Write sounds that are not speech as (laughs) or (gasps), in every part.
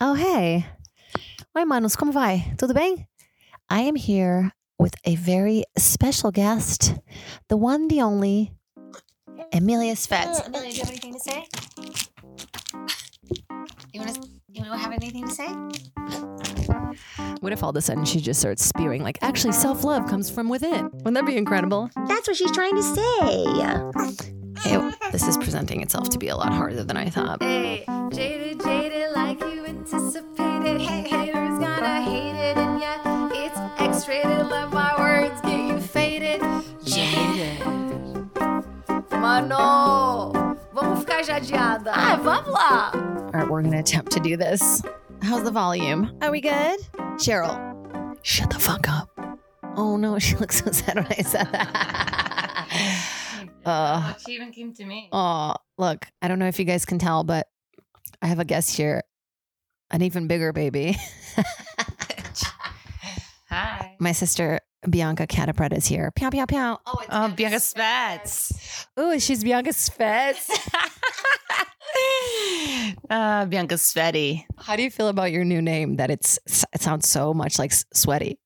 Oh, hey. Oi, Manos, como vai? Tudo bem? I am here with a very special guest, the one, the only, Amelia Svetz. Amelia, do you have anything to say? You want to you wanna have anything to say? What if all of a sudden she just starts spewing, like, actually, self love comes from within? Wouldn't that be incredible? That's what she's trying to say. Hey, this is presenting itself to be a lot harder than I thought. Hey, jaded, jaded, like you anticipated. Hey, haters gonna hate it, and yeah, it's X-rated. Let my words get you faded. Jaded. Mano, vamos ficar jadeada. Ah, Ai, vamos lá. All right, we're going to attempt to do this. How's the volume? Are we good? Cheryl, shut the fuck up. Oh no, (laughs) she looks so sad when I said that. (laughs) uh, She even came to me. oh, look, I don't know if you guys can tell, but I have a guest here, an even bigger baby. (laughs) Hi. My sister Bianca Catapret is here. Pew pew pew. Oh, it's Oh, Bianca Spatz. Oh, she's Bianca (laughs) Spetz. Ah, uh, Bianca Svetti. How do you feel about your new name? That it's it sounds so much like s- sweaty.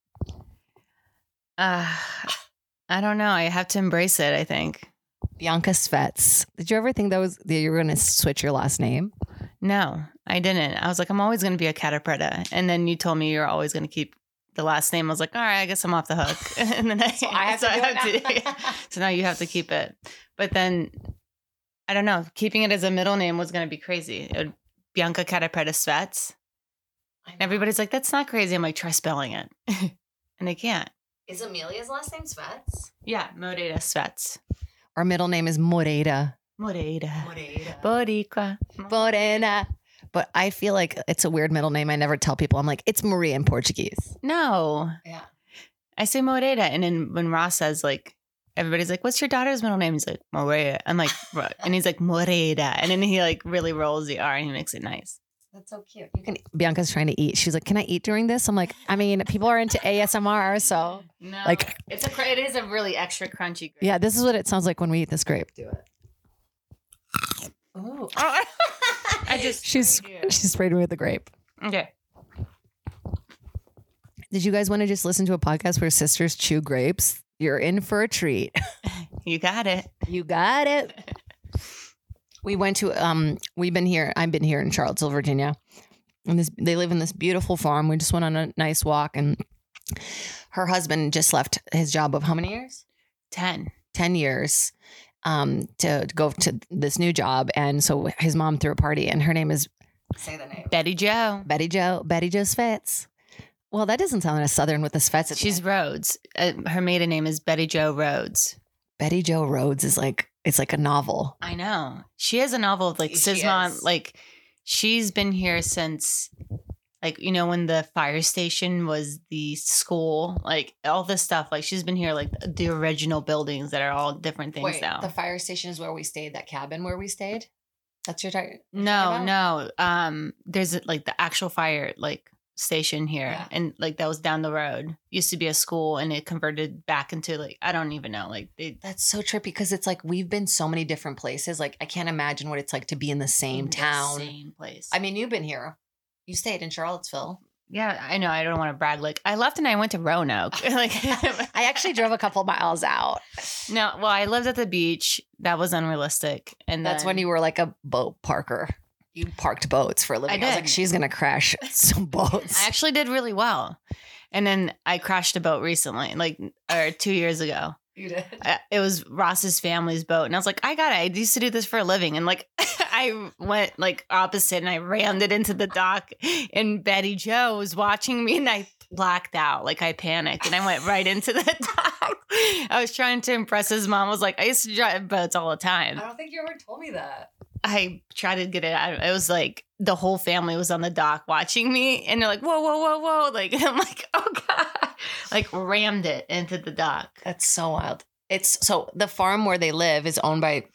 Uh, I don't know. I have to embrace it, I think. Bianca Svets. Did you ever think that was that you were going to switch your last (laughs) name? No, I didn't. I was like, I'm always going to be a catapretta. And then you told me you're always going to keep the last name. I was like, all right, I guess I'm off the hook. (laughs) and then I, (laughs) so I have to do it (laughs) now. so now you have to keep it. But then I don't know. Keeping it as a middle name was going to be crazy. It would, Bianca Catapretta Svets. And everybody's like, that's not crazy. I'm like, try spelling it. (laughs) and they can't. Is Amelia's last name Svets? Yeah, Moreira Svets. Our middle name is Moreira. Moreira. Moreira. Boricua. Morena. But I feel like it's a weird middle name. I never tell people. I'm like, it's Maria in Portuguese. No. Yeah. I say Moreira. And then when Ross says, like, everybody's like, what's your daughter's middle name? He's like, Moreira. I'm like, (laughs) "Ro-" and he's like, Moreira. And then he like really rolls the R and he makes it nice. That's so cute. You can Bianca's trying to eat. She's like, "Can I eat during this?" I'm like, "I mean, people are into ASMR, (laughs) so Oh, No. Like- it's a, cr- it is a really extra crunchy grape. yeah, this is what it sounds like when we eat this grape." Do it. Oh. (laughs) I (laughs) just, She's she sprayed me with the grape. okay. Did you guys want to just listen to a podcast where sisters chew grapes? You're in for a treat. You got it. You got it. (laughs) we went to um we've been here I've been here in Charlottesville, Virginia. And this they live in this beautiful farm. We just went on a nice walk and her husband just left his job of how many years? 10. 10 years um to go to this new job and so his mom threw a party and her name is say the name Betty Joe. Betty Joe Betty Joe Svets. Well, that doesn't sound as southern with the Svets. at the She's Rhodes. Uh, her maiden name is Betty Joe Rhodes. Betty Joe Rhodes is like it's like a novel. I know. She has a novel of like She Sismon. mom. is. Like she's been here since like you know when the fire station was the school, like all this stuff. Like she's been here like the original buildings that are all different things now. fire station is where we stayed. That cabin where we stayed. That's your target. no, no. Um there's like the actual fire like station here Yeah. and like that was down the road. Used to be a school and it converted back into like I don't even know. Like they That's so trippy because it's like we've been so many different places. Like I can't imagine what it's like to be in the same the town. Same place. I mean, you've been here. You stayed in Charlottesville. yeah, I know. I don't want to brag. Like I left and I went to Roanoke. (laughs) (laughs) like I actually drove a couple miles out. No, well, I lived at the beach. That was unrealistic, and That's then- when you were like a boat parker. You parked boats for a living. I, was like, did. she's gonna crash (laughs) some boats. I actually did really well, and then I crashed a boat recently, like or two years ago. you did. I, it was Ross's family's boat, and I was like, I got it. I used to do this for a living, and like (laughs) I went like opposite, and I rammed it into the dock, and Betty Joe was watching me, and I blacked out, like I panicked, and I went right into the (laughs) dock. I was trying to impress his mom. I was like, I used to drive boats all the time. don't think you ever told me that. I tried to get it out. It was like the whole family was on the dock watching me, and they're like, "Whoa, whoa, whoa, whoa!" (laughs) Like, and I'm like, "Oh god!" Like, rammed it into the dock. That's so wild. It's so the farm where they live is owned by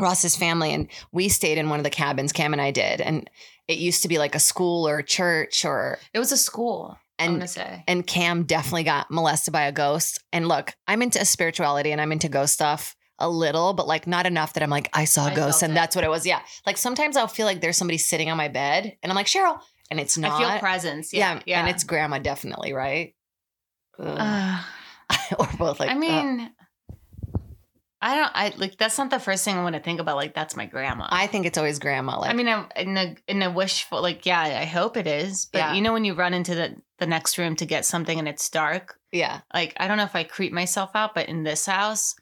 Ross's family, and we stayed in one of the cabins. Cam and I did, and it used to be like a school or a church, or It was a school. I'm and gonna say and Cam definitely got molested by a ghost. And look, I'm into spirituality and I'm into ghost stuff a little, but like not enough that I'm like I saw a I ghost felt and it. that's what it was. Yeah, like sometimes I'll feel like there's somebody sitting on my bed, and I'm like Cheryl, and it's not. I feel presence. yeah, Yeah. yeah, and it's grandma definitely, right? Ugh. (laughs) Ugh. or both like I uh, mean, I don't. I like that's not the first thing I want to think about. Like that's my grandma. I think it's always grandma. Like I mean, I'm in a in a wishful like, yeah, I hope it is. But Yeah. you know, when you run into the the next room to get something and it's dark, yeah, like I don't know if I creep myself out, but in this house,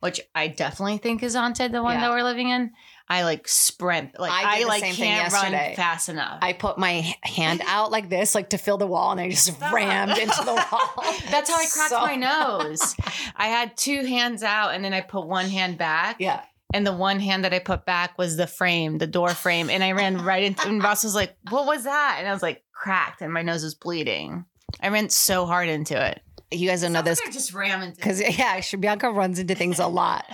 which I definitely think is haunted, the one Yeah. that we're living in, I like sprint, like I did I, the like same thing can't run yesterday. fast enough. I put my h- hand out like this, like to fill the wall, and I just Stop. rammed into (laughs) the wall. (laughs) (laughs) That's how I cracked So- my nose. I had two hands out, and then I put one hand back. Yeah, and the one hand that I put back was the frame, the door frame, and I ran right into. And Ross was like, "What was that?" And I was like, "Cracked," and my nose was bleeding. I ran so hard into it. you guys don't know this I just (laughs) rammed into. because yeah, Bianca runs into things a lot.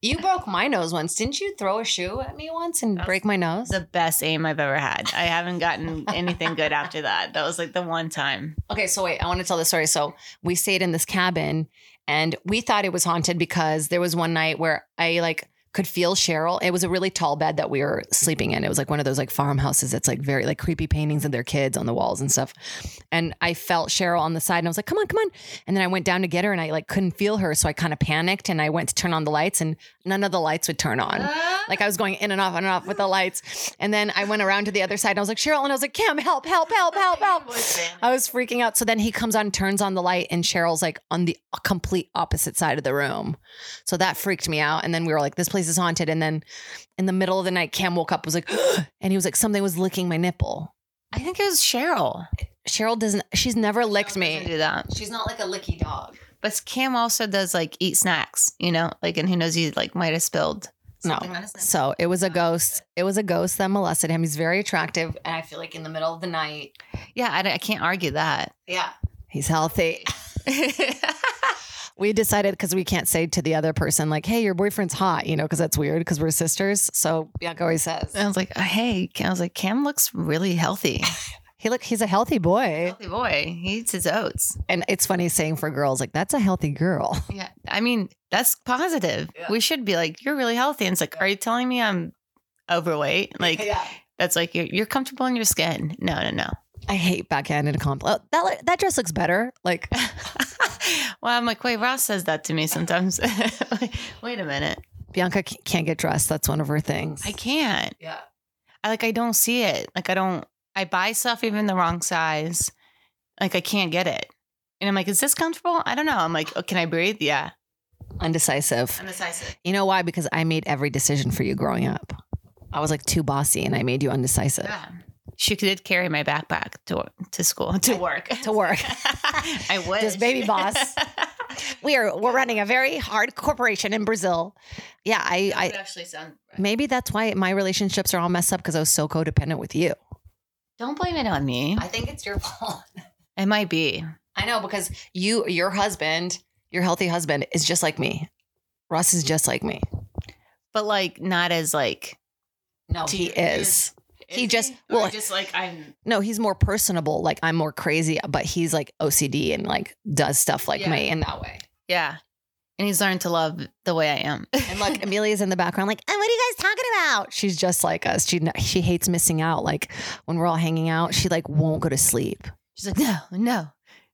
You broke my nose once. Didn't you throw a shoe at me once and That's break my nose? the best aim I've ever had. I haven't gotten anything good after that. That was like the one time. Okay, so wait, I want to tell the story. So we stayed in this cabin and we thought it was haunted because there was one night where I like could feel Cheryl. It was a really tall bed that we were sleeping in. It was like one of those like farmhouses that's like very like creepy paintings of their kids on the walls and stuff. And I felt Cheryl on the side and I was like, come on, come on. And then I went down to get her and I like couldn't feel her. So I kind of panicked and I went to turn on the lights and none of the lights would turn on. Like I was going in and off and off with the lights. And then I went around to the other side and I was like, Cheryl, and I was like, Kim, help, help, help, help, help. I was freaking out. So then he comes on, turns on the light, and Cheryl's like on the complete opposite side of the room. So that freaked me out. And then we were like, this place is haunted. And then in the middle of the night, Cam woke up, was like, (gasps) and he was like, something was licking my nipple. I think it was Cheryl. Cheryl doesn't, she's never licked me. Do that. She's not like a licky dog. But Cam also does like eat snacks. You know, like and who knows, he like might have spilled. No. something on his nipple. So it was a ghost. It was a ghost that molested him. He's very attractive. And I feel like in the middle of the night, Yeah, I, don't- I can't argue that. yeah, he's healthy. we decided because we can't say to the other person like hey your boyfriend's hot you know because that's weird because we're sisters so bianca always says I was like, uh, hey, I was like, Cam looks really (laughs) healthy. he look he's a healthy boy healthy boy. He eats his oats. and it's funny saying for girls like that's a healthy girl (laughs) Yeah. I mean, that's positive. Yeah. We should be like, you're really healthy. And it's like, are you telling me I'm overweight? (laughs) Like, that's like, you're, you're comfortable in your skin. No, no, no. i hate backhanded compliment oh, that li- that dress looks better like (laughs) well, I'm like, wait, Ross says that to me sometimes. (laughs) Like, wait a minute. bianca c- can't get dressed that's one of her things I can't. yeah I like, I don't see it. Like, I don't, I buy stuff even the wrong size. Like, I can't get it. And I'm like, is this comfortable? I don't know. I'm like, oh, can I breathe? Yeah. undecisive I'm decisive. you know why because i made every decision for you growing up i was like too bossy and i made you undecisive Yeah. She did carry my backpack to to school to work. to work (laughs) I (laughs) wish. This baby boss. (laughs) we are we're running a very hard corporation in brazil yeah i i actually sound. Maybe that's why my relationships are all messed up because I was so codependent with you. Don't blame it on me. think it's your fault. (laughs) It might be. I know because you, your husband, your healthy husband is just like me. Russ is just like me. But like not as like No, he He is. is. He just- well- just like I'm No, he's more personable. Like I'm more crazy, but he's like OCD and like does stuff like Yeah. me in that way. yeah. And he's learned to love the way I (laughs) am. And look, Amelia's in the background, like, and what are you guys talking about? She's just like us. She she hates missing out. Like when we're all hanging out, she like won't go to sleep. She's like, no, no,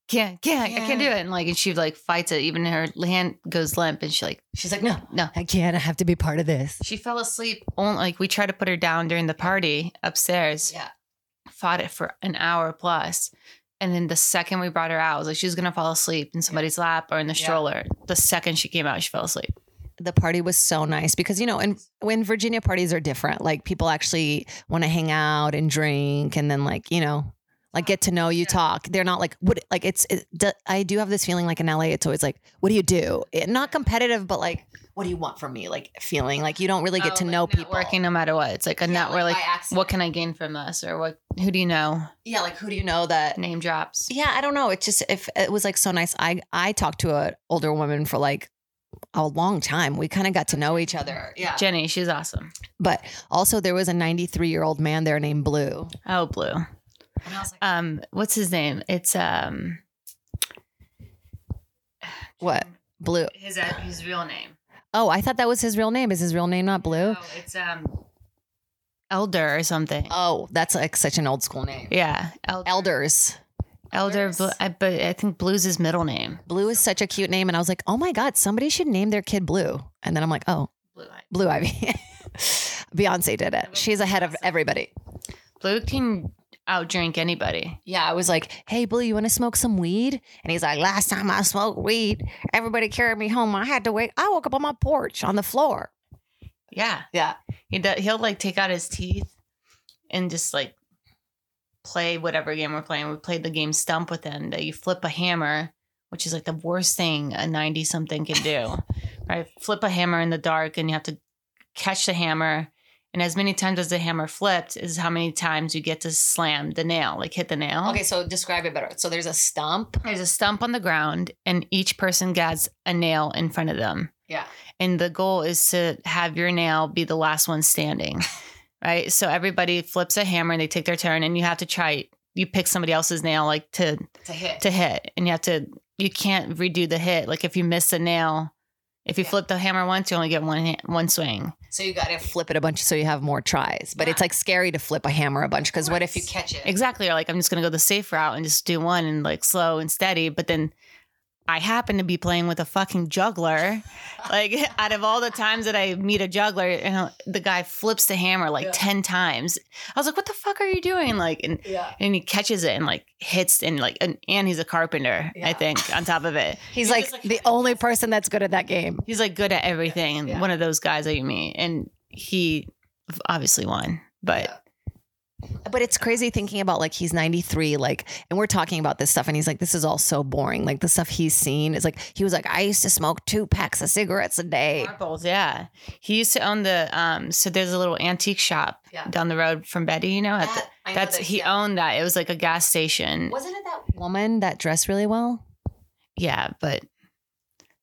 can't, can't, I can't do Yeah. it. And like, and she like fights it. Even her hand goes limp, and she like, She's like, no, no, I can't. I have to be part of this. She fell asleep. On, like we tried to put her down during the party upstairs. Yeah. Fought it for an hour plus. And then the second we brought her out, I was like, she's gonna fall asleep in somebody's lap or in the Yeah. stroller. The second she came out, she fell asleep. the party was so nice because you know and when virginia parties are different like people actually want to hang out and drink and then like you know like get to know you talk they're not like what like it's it, d- i do have this feeling like in la it's always like what do you do it, not competitive but like what do you want from me like feeling Oh, like you don't really get to know people Working no matter what. It's like a net where like, what can I gain from this or what? Who do you know? yeah like who do you know that Name drops. yeah i don't know it's just if it was like so nice i i talked to an older woman for like a long time we kind of got to know each other yeah Jenny, she's awesome. But also, there was a 93 year old man there named Blue. Oh, blue. Um, what's his name? It's um, What? Blue. his his real name. Oh, Oh, I thought that was his real name. Is his real name not Blue? No, it's um. elder or something. Oh, that's like such an old school name. yeah, elder. Elders. elder Bl- I, but I think Blue's his middle name. Blue is such a cute name. And I was like, oh my God, somebody should name their kid Blue. And then I'm like, oh, Blue Ivy. Blue Ivy. (laughs) Beyonce did it. She's ahead of everybody. Blue can outdrink anybody. Yeah, I was like, hey, Blue, you want to smoke some weed? And he's like, last time I smoked weed, everybody carried me home. I had to wait. I woke up on my porch on the floor. Yeah, Yeah. he do- he'll like take out his teeth and just like play whatever game we're playing. We played the game Stump with him that you flip a hammer, which is like the worst thing a ninety something can (laughs) do. right, flip a hammer in the dark, and you have to catch the hammer. And as many times as the hammer flipped is how many times you get to slam the nail, like hit the nail. Okay, so describe it better. So there's a stump. There's a stump on the ground, and each person gets a nail in front of them. Yeah. And the goal is to have your nail be the last (laughs) one standing, right? So everybody flips a hammer and they take their turn, and you have to try. You pick somebody else's nail, like to To hit. to hit, and you have to. You can't redo the hit. Like if you miss a nail, if you Yeah. flip the hammer once, you only get one ha- one swing. So you got to flip it a bunch so you have more tries. But it's like scary to flip a hammer a bunch because what if you catch it? Exactly. Or like I'm just gonna go the safe route and just do one and like slow and steady. But then I happen to be playing with a fucking (laughs) juggler. like out of all the times that I meet a juggler, you know, the guy flips the hammer like Yeah. ten times. I was like, "What the fuck are you doing?" Like and. Yeah. And he catches it and like hits and like and, and he's a carpenter, Yeah. I think. On top of it, He's like, the only person that's good at that game. he's like good at everything. (laughs) And Yeah. one of those guys that you meet, and he obviously won. But But it's crazy thinking about like he's 93, like, and we're talking about this stuff, and he's like, this is all so boring. Like the stuff he's seen is like, he was like, I used to smoke two packs of cigarettes a day. Marbles, yeah. He used to own the um so there's a little antique shop Yeah. down the road from Betty, you know, at the, that's he owned that. It was like a gas station. Wasn't it that woman that dressed really well? Yeah, but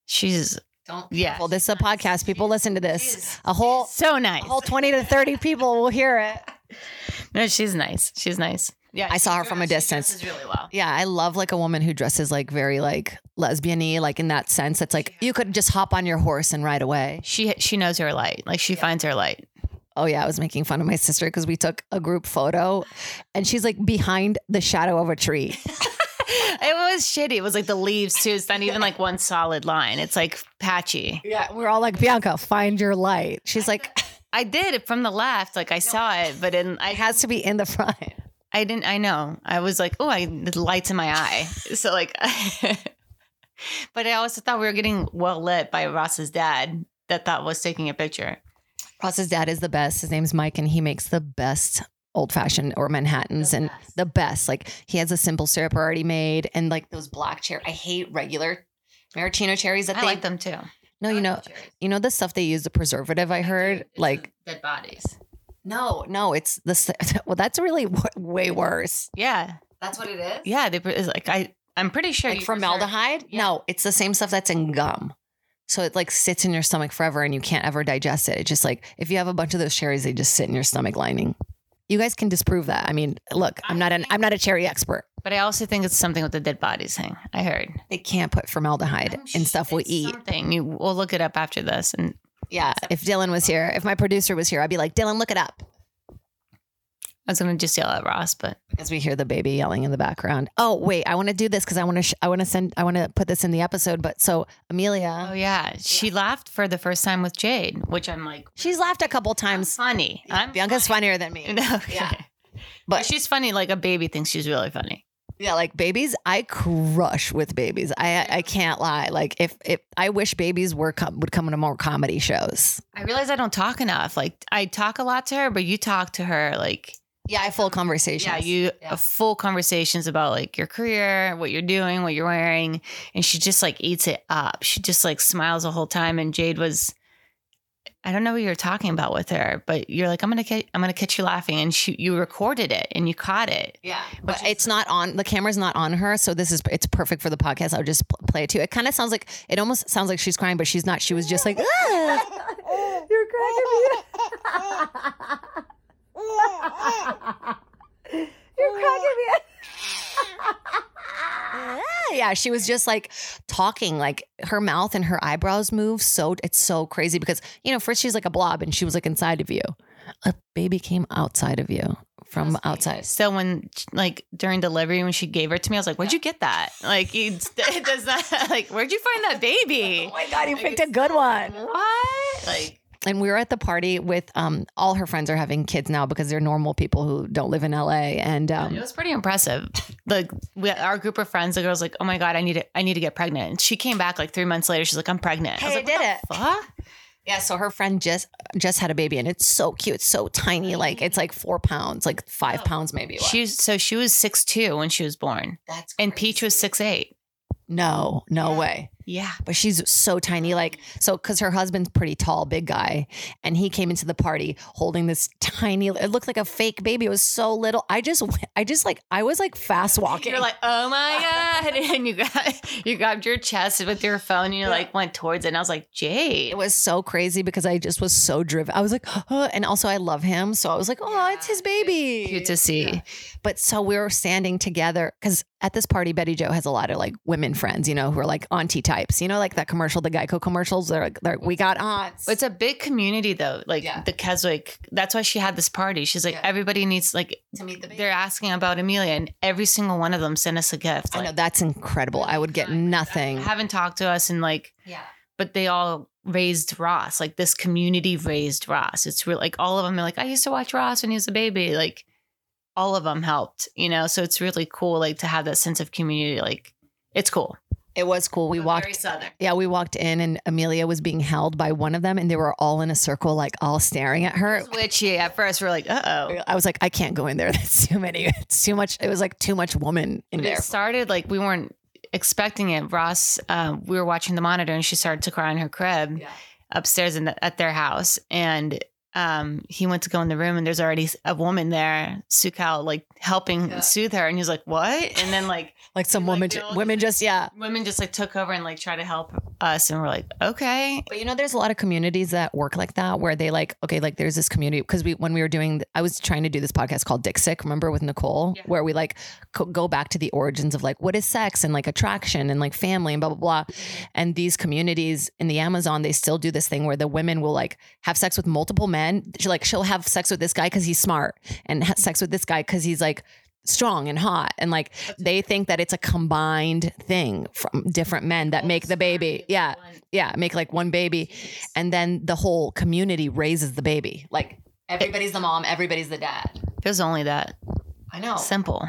she's Don't. yeah. Well, this is a podcast. People listen to this. She's A whole, so a nice. whole 20 to 30 people will hear it. (laughs) No, she's nice. She's nice. Yeah. I she saw her from a dresses- she distance. dresses really well. Yeah, I love like a woman who dresses like very like lesbian-y, like in that sense. That's like you could just hop on your horse and ride away. She she knows her light. Like she finds her light. Oh yeah, I was making fun of my sister because we took a group photo, and she's like behind the shadow of a tree. (laughs) It was shitty. It was like the leaves too. It's not even like one solid line. It's like patchy. Yeah, we're all like Bianca, find your light. She's like, I did it from the left. Like I saw it, but in I it has to be in the front. I didn't. I know. I was like, oh, I the lights in (laughs) my eye. So like, (laughs) but I also thought we were getting well lit by Ross's dad. That thought was taking a picture. Ross's dad is the best. His name's Mike, and he makes the best old fashioned or Manhattans and the best. Like he has a simple syrup already made, and like those black cherry. I hate regular maraschino cherries that I they like them too. No, you know, you know the stuff they use the preservative. I heard like dead bodies. no, no, it's the s- (laughs) well. That's really w- way worse. Yeah, That's what it is. yeah. They pre- it's like I. I'm pretty sure Like you formaldehyde? yeah. No, it's the same stuff that's in gum. So it like sits in your stomach forever and you can't ever digest it. It's just like if you have a bunch of those cherries, they just sit in your stomach lining. You guys can disprove that. I mean, look, I'm not an I'm not a cherry expert. preserve- But I also think it's something with the dead bodies thing. I heard They can't put formaldehyde I'm in sh- stuff we it's eat. Something you. We'll look it up after this. And yeah. If Dylan was here, if my producer was here, I'd be like, Dylan, look it up. I was gonna just yell at Ross, but because we hear the baby yelling in the background. Oh wait, I want to do this because I want to. Sh- I want to send. I want to put this in the episode. But so oh Amelia, yeah, she laughed for the first time with Jade, which I'm like, she's laughed a couple times. funny. I'm Bianca's funnier than me. (laughs) No, Yeah. But (laughs) But- she's funny. Like a baby thinks she's really funny. Yeah, like babies, I crush with babies. I I can't lie. Like if if I wish babies were com- would come into more comedy shows. I realize I don't talk enough. Like I talk a lot to her, but you talk to her like Yeah, I full conversations. yeah, you uh, Yeah. full conversations about like your career, what you're doing, what you're wearing, and she just like eats it up. She just like smiles the whole time. And Jade was, I don't know what you were talking about with her, but you're like, I'm gonna catch, I'm gonna catch you laughing, and she you recorded it and you caught it. Yeah, but it's not on. The camera's not on her, so this is it's perfect for the podcast. I'll just pl- play it to you. It kind of sounds like it almost sounds like she's crying, but she's not. She was just like, "Ah." You're cracking "Ah!" me up. You're cracking me up. yeah. She was just like talking, like her mouth and her eyebrows move. So it's so crazy because you know, first she's like a blob, and she was like inside of you, a baby came outside of you from outside. So when like during delivery when she gave her to me, I was like, "Where'd you get that? Like, you, (laughs) it does that? (laughs) Like, where'd you find that baby? Oh my god, you picked a good one. What? Like, And we were at the party with um, all her friends are having kids now because they're normal people who don't live in LA. And it um, was pretty impressive. Like, we, our group of friends, the girl's like, "Oh my god, I need to, I need to get pregnant." And she came back like three months later. She's like, "I'm pregnant." I was like, did it. "What the fuck?" Yeah, so her friend just just had a baby, and it's so cute, it's so tiny, like it's like four pounds, like five pounds maybe. it was. Oh. She was, so she was six two when she was born, That's and Peach was six eight. no, no Yeah. way. Yeah, But she's so tiny, like so because her husband's pretty tall, big guy, and he came into the party holding this tiny. It looked like a fake baby. It was so little. I just, (laughs) I just like, I was like fast walking. you're like, "Oh my god!" (laughs) And you got you grabbed your chest with your phone, and you like went towards it. And I was like, "Jade." it was so crazy because I just was so driven. I was like, oh, and also I love him, so I was like, oh, it's his baby. Cute to see. Yeah. But so we were standing together because at this party, Betty Joe has a lot of like women friends, you know, who are like auntie types, you know, like that commercial, the Geico commercials. They're like, they're, we got aunts. It's a big community though. Like Yeah. the Keswick, that's why she had this party. She's like, Yeah. everybody needs like to meet the they're asking about Amelia, and every single one of them sent us a gift. I know Like, that's incredible. I would get nothing. haven't talked to us, and like, Yeah. but they all raised Ross. Like this community raised Ross. It's real. Like all of them are like, I used to watch Ross when he was a baby. Like all of them helped, you know. So it's really cool, like to have that sense of community. Like it's cool. It was cool. We But walked. very southern. yeah, we walked in and Amelia was being held by one of them and they were all in a circle, like all staring at her. Which yeah, at first we're like, uh oh. I was like, I can't go in there. (laughs) That's too many. It's too much. It was like too much woman in But there. It started like we weren't expecting it. Ross, uh, we were watching the monitor, and she started to cry in her crib Yeah. upstairs in the, at their house. And um, he went to go in the room, and there's already a woman there, Sukal, like helping Yeah. soothe her. And he was like, "What?" And then like Like some You like women, the old- women just yeah. women just like took over and like tried to help us, and we're like, "Okay." But you know, there's a lot of communities that work like that, where they like, okay, like there's this community because we when we were doing, I was trying to do this podcast called Dick Sick, remember with Nicole, Yeah. where we like co- go back to the origins of like what is sex and like attraction and like family and blah blah blah, and these communities in the Amazon they still do this thing where the women will like have sex with multiple men. She like she'll have sex with this guy because he's smart, and have sex with this guy because he's like strong and hot and like they think that it's a combined thing from different men that make the baby yeah yeah, make like one baby, and then the whole community raises the baby. Like everybody's the mom, everybody's the dad. It was only that I know. simple.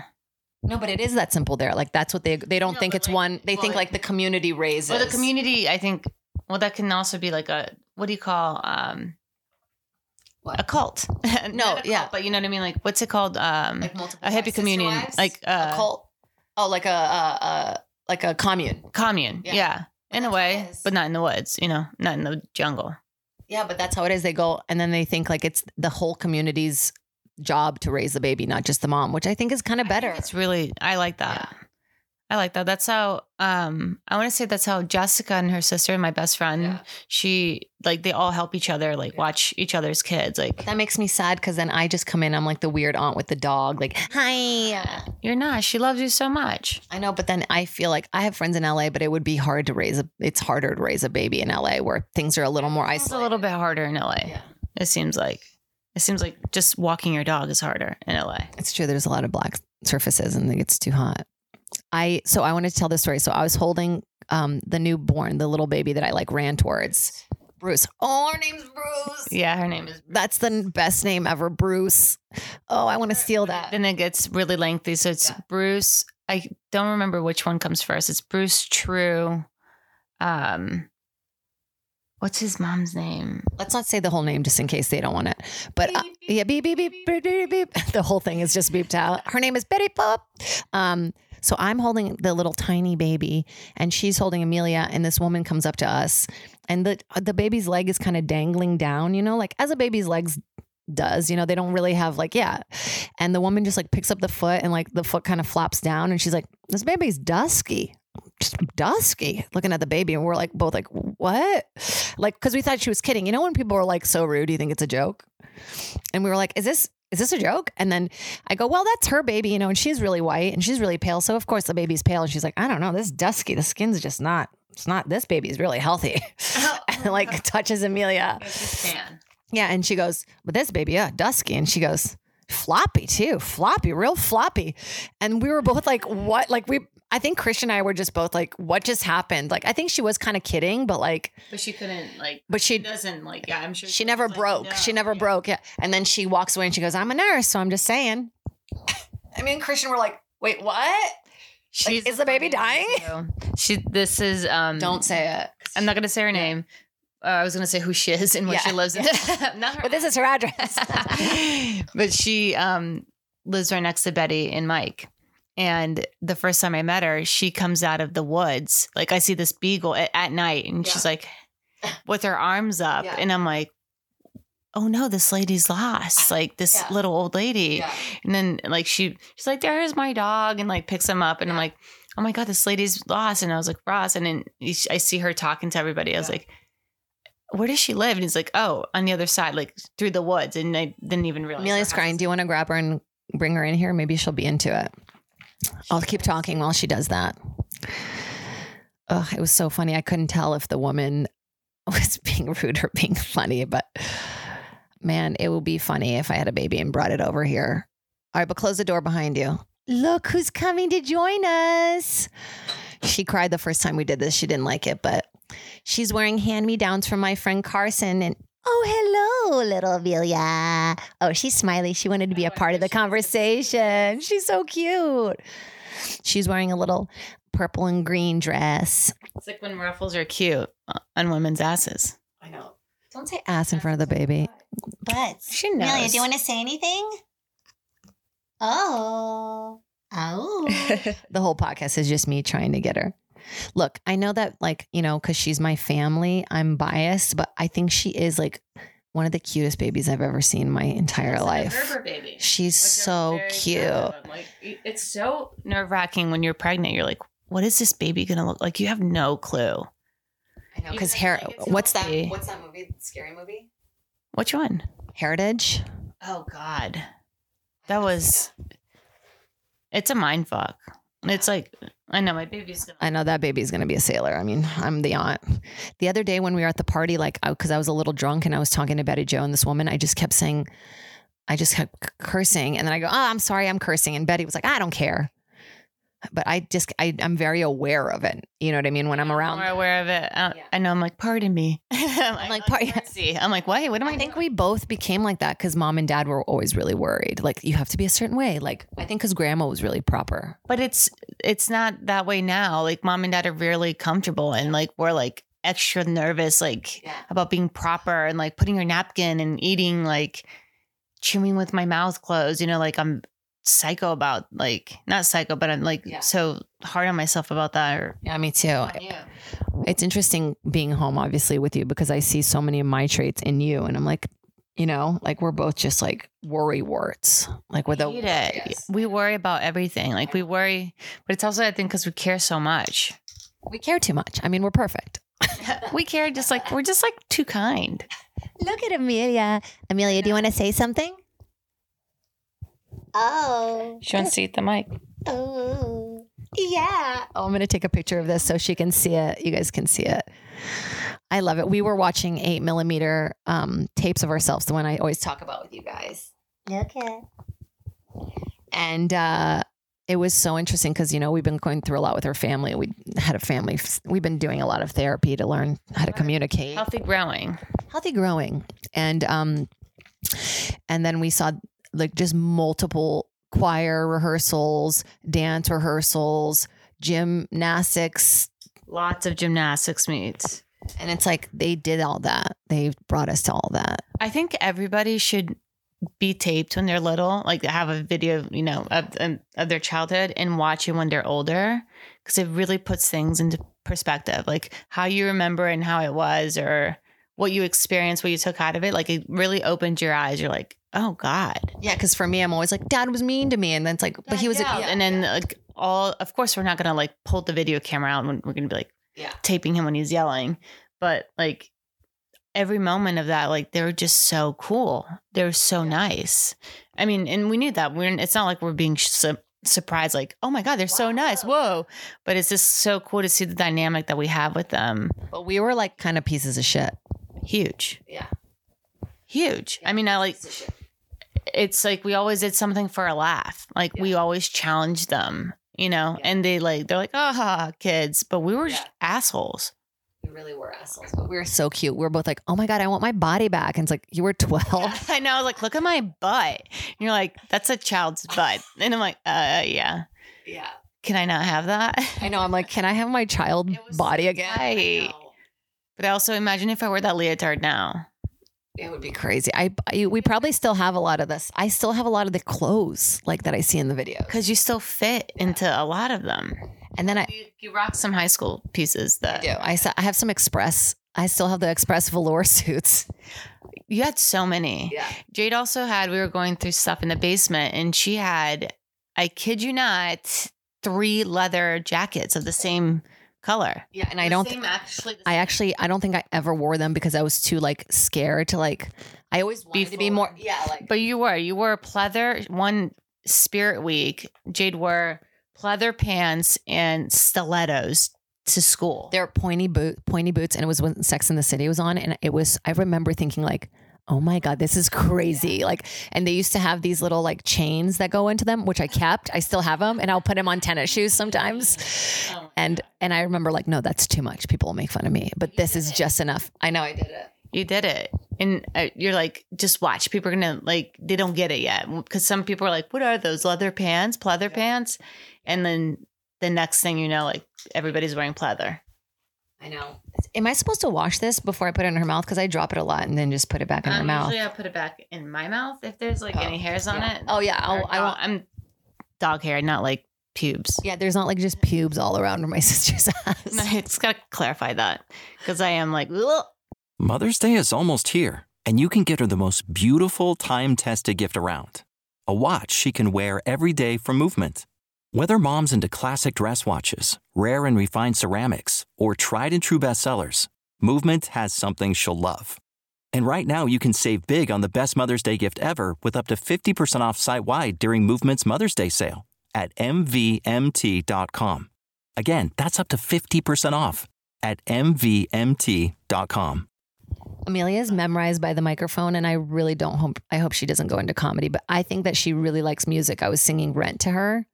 no, but it is that simple. There, like that's what they they don't No, think but, it's like, one. They well, think like the community raises. Well, the community, I think. Well, that can also be like a what do you call um What? a cult? (laughs) Not No, a cult, yeah. but you know what I mean. Like, what's it called? Um, like multiple a hippie communion, like a uh, cult. Oh, like a, a, a like a commune. commune. Yeah. Yeah, in a Well, that's way, what it is. but not in the woods. You know, not in the jungle. Yeah, but that's how it is. They go and then they think like it's the whole community's job to raise the baby, not just the mom, which I think is kind of better. It's really. I like that. I like that. That's how. Um, I want to say that's how Jessica and her sister and my best friend. Yeah. She like they all help each other. Like watch each other's kids. Like That makes me sad because then I just come in. I'm like the weird aunt with the dog. Like, hi. you're not. She loves you so much. I know, but then I feel like I have friends in LA, but it would be hard to raise a. It's harder to raise a baby in LA where things are a little more It's isolated. a little bit harder in LA. Yeah. It seems like it seems like just walking your dog is harder in LA. It's true. There's a lot of black surfaces, and it gets too hot. I so I wanted to tell this story. So I was holding um the newborn, the little baby that I like ran towards. Bruce. Oh, her name's Bruce. Yeah, her name is. That's the n- best name ever, Bruce. Oh, I want to steal that. Then it gets really lengthy. So it's Yeah. Bruce. I don't remember which one comes first. It's Bruce True. Um, what's his mom's name? Let's not say the whole name just in case they don't want it. But uh, yeah, beep beep beep beep beep beep. (laughs) The whole thing is just beeped out. Her name is Betty Pop. Um, so I'm holding the little tiny baby, and she's holding Amelia, and this woman comes up to us, and the the baby's leg is kind of dangling down, you know, like as a baby's legs does, you know, they don't really have like yeah, and the woman just like picks up the foot, and like the foot kind of flops down, and she's like, "This baby's dusky." Just dusky looking at the baby, and we're like, both like, what? Like, because we thought she was kidding. You know, when people are like so rude, you think it's a joke and we were like, "Is this is this a joke?" And then I go, "Well, that's her baby, you know, and she's really white and she's really pale, so of course the baby's pale." And she's like, "I don't know, this is dusky. The skin's just (laughs) (laughs) not. It's not. This baby's really healthy." and like (laughs) touches Amelia, Oh, It's his fan. Yeah, and she goes, but this baby, yeah, dusky. And she goes, floppy too, floppy, real floppy. And we were both like, what? Like we, I think Chris and I were just both like, what just happened? Like I think she was kind of kidding, but like, But she couldn't like. but She she doesn't like. Yeah, I'm sure she never broke. She never broke. Yeah. And then she walks away and she goes, I'm a nurse, so I'm just saying. (laughs) I mean, Christian, we're like, wait, what? She's is the baby dying? She. This is. Um. Don't say it. I'm not gonna say her name. Uh, I was gonna say who she is and where she Yeah. lives. (laughs) not her. But this is her (laughs) address. (laughs) but she um, lives right next to Betty and Mike. And the first time I met her, she comes out of the woods. Like I see this beagle at, at night, and she's like, with her arms up, Yeah. and I'm like, oh no, this lady's lost. Like this Yeah. little old lady. And then like she she's like, there's my dog, and like picks him up, and I'm like, oh my god, this lady's lost. And I was like, Ross, and then he- I see her talking to everybody. I was Yeah. like, where does she live? And he's like, oh, on the other side, like through the woods. And I didn't even realize. Amelia's her crying. house. Do you want to grab her and bring her in here? Maybe she'll be into it. I'll keep talking while she does that. Ugh, it was so funny. I couldn't tell if the woman (laughs) was being rude or being funny, but man, it would be funny if I had a baby and brought it over here. All right, but close the door behind you. Look who's coming to join us. She cried the first time we did this. She didn't like it, but she's wearing hand me downs from my friend Carson. And oh, hello, little Amelia. Oh, she's smiley. She wanted to Oh, be a part of the conversation. She's so cute. She's wearing a little purple and green dress. It's like when ruffles are cute uh, on women's asses. I know. Don't say ass in front of the baby. But She knows. Amelia, do you want to say anything? Oh. Oh. The whole podcast is just me trying to get her. Look, I know that, like, you know, because she's my family, I'm biased, but I think she is like one of the cutest babies I've ever seen in my entire life. baby. She's so cute. Like it's so nerve wracking when you're pregnant. You're like, what is this baby gonna look like? You have no clue. I know You because guys hair. like it's What's healthy. that? What's that movie? Scary movie. Which one? Heritage. Oh God, that was. It's a mind fuck. And It's like I know my baby's gonna. I know that baby's gonna be a sailor. I mean, I'm the aunt. The other day when we were at the party, like, because I was a little drunk and I was talking to Betty Joe and this woman, I just kept saying, I just kept c- cursing, and then I go, "Oh, I'm sorry, I'm cursing," and Betty was like, "I don't care." But I just, I, I'm very aware of it. You know what I mean? When I'm around, more aware of it. I, Yeah. I know. I'm like, pardon me. (laughs) I'm like, par- yeah. curtsy. I'm like, wait, what am I? I think doing? we both became like that because mom and dad were always really worried. Like, you have to be a certain way. Like, I think because grandma was really proper. But it's it's not that way now. Like mom and dad are really comfortable, and like we're like extra nervous, like Yeah. about being proper and like putting your napkin and eating, like chewing with my mouth closed. You know, like I'm psycho about like not psycho, but I'm like Yeah. so hard on myself about that. Or Yeah, me too. It's interesting being home, obviously, with you because I see so many of my traits in you, and I'm like, you know, like we're both just like worry warts, like with hate a it. We worry about everything. Like we worry, but it's also I think because we care so much. we care too much. I mean, we're perfect. We care just like we're just like too kind. Look at Amelia. Amelia, do you want to say something? Oh. She wants to eat the mic. Oh. Yeah. Oh, I'm gonna take a picture of this so she can see it. You guys can see it. I love it. We were watching eight millimeter um, tapes of ourselves, the one I always talk about with you guys. Look at. and uh, it was so interesting because you know we've been going through a lot with our family. We had a family. We've been doing a lot of therapy to learn how to communicate, Healthy growing. healthy growing, and um, and then we saw like just multiple choir rehearsals, dance rehearsals, gymnastics, Lots of gymnastics meets. and it's like they did all that. They brought us to all that. I think everybody should be taped when they're little, like have a video, you know, of, um, of their childhood and watch it when they're older because it really puts things into perspective, like how you remember and how it was or what you experienced, what you took out of it. Like it really opened your eyes. You're like, oh God. Yeah, because for me, I'm always like, Dad was mean to me, and then it's like, but he was a and then like all, of course, we're not going to like pull the video camera out and we're going to be like Yeah. taping him when he's yelling. But like every moment of that, like they're just so cool. They're so nice. I mean, and we knew that. We're it's not like we're being su- surprised, like oh my god, they're so nice, whoa! But it's just so cool to see the dynamic that we have with them. But we were like kind of pieces of shit. Huge, Yeah. huge. I mean, I like it's like we always did something for a laugh. Like we always challenged them, you know, and they like they're like, ah, kids, but we were just assholes. We really were assholes, but we were so cute. We were both like, oh my God, I want my body back. And it's like, you were 12. (laughs) I know. I was like, look at my butt. And you're like, that's a (laughs) child's butt, and I'm like, uh, yeah. Yeah. Can I not have that? I know. I'm like, can I have my child It was body again? Right. (laughs) But I also imagine if I wore that leotard now. It would be crazy. I, I we probably still have a lot of this. I still have a lot of the clothes like that I see in the video. because you still fit into a lot of them. And then I You, you rock some high school pieces that do. I sa- I have some express. I still have the express velour (laughs) suits. you had so many. Yeah. Jade also had, we were going through stuff in the basement, and she had, I kid you not, three leather jackets of the same color. Yeah, and I don't. think actually. I actually I don't think I ever wore them because I was too like scared to like. I always wanted to be forward. more. Yeah, like But you were, you were pleather one spirit week. Jade wore pleather pants and stilettos to school. they're pointy boot pointy boots, and it was when Sex in the City was on, and it was. I remember thinking like. Oh my god, this is crazy! Like, and they used to have these little like chains that go into them, which I kept. I still have them, and I'll put them on tennis shoes sometimes. And and I remember like, no, that's too much. People will make fun of me, but this is just enough. I know I did it. you did it and uh, you're like just watch people are gonna like they don't get it yet because some people are like what are those leather pants pleather pants and then the next thing you know like everybody's wearing pleather I know. Am I supposed to wash this before I put it in her mouth? Because I drop it a lot and then just put it back in her mouth. Um, i'll put it back in my mouth if there's like Oh, any hairs Um, on yeah. it. Oh, yeah, I'll- Or I dog- am dog hair not like pubes Yeah, there's not like just pubes all around (laughs) my sister's ass. (laughs) no, it's gotta clarify that because i am like "Ugh." Mother's Day is almost here, and you can get her the most beautiful time tested gift around a watch she can wear every day for movement. Whether mom's into classic dress watches, rare and refined ceramics, or tried and true bestsellers, Movement has something she'll love. And right now, you can save big on the best Mother's Day gift ever with up to 50% off site wide during Movement's Mother's Day sale at MVMT.com. Again, that's up to 50% off at MVMT.com. Amelia is memorized by the microphone, and I really don't hope. I hope she doesn't go into comedy, but I think that she really likes music. I was singing Rent to her.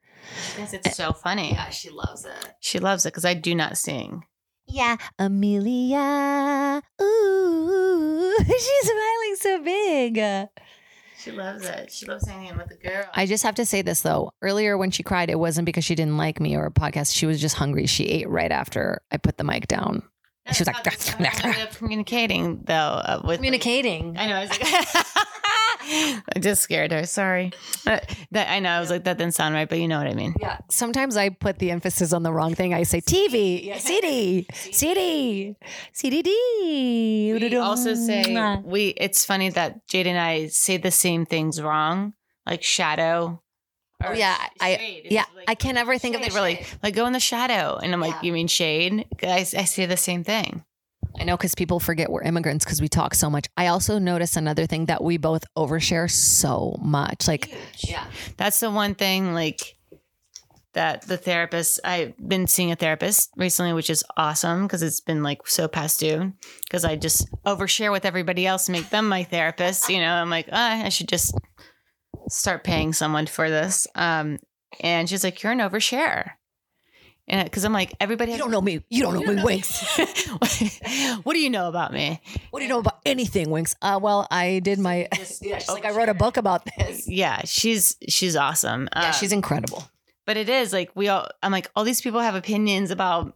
because it's so funny she loves it. she loves it because i do not sing Yeah, Amelia. (laughs) Ooh, she's smiling so big. she loves it she loves hanging with the girl I just have to say this though. Earlier, when she cried, it wasn't because she didn't like me or a podcast. She was just hungry. She ate right after I put the mic down. She was like, That's how this- I'm communicating though uh, with Communicating. I know. I was like, (laughs) I just scared her. Sorry. Uh, that I know. I was like, that didn't sound right, but you know what I mean. Yeah. Sometimes I put the emphasis on the wrong thing. I say TV. (laughs) Yeah, CD, CD, CDD. We also say Mwah. we. It's funny that Jade and I say the same things wrong, like shadow. Oh, yeah, I- Yeah. I can never think of Shade, it we're really. like, like go in the shadow, and I'm Yeah. like, you mean shade? I, I say the same thing. I know because people forget we're immigrants because we talk so much. I also notice another thing that we both overshare so much. Like, yeah. That's the one thing like that the therapist I've been seeing a therapist recently, which is awesome because it's been like so past due. Because I just overshare with everybody else, make them my therapist. You know, I'm like, ah, I should just start paying someone for this. Um, and she's like, you're an overshare. And because I'm like, everybody, You has- don't know me. You don't know me, Winks. (laughs) what do you know about me? What do you know about anything, Winks? Uh, well, I did my. yeah, she's (laughs) like, I wrote a book about (laughs) this. Yeah, she's she's awesome. Yeah, Um, she's incredible. but it is like we all i'm like all these people have opinions about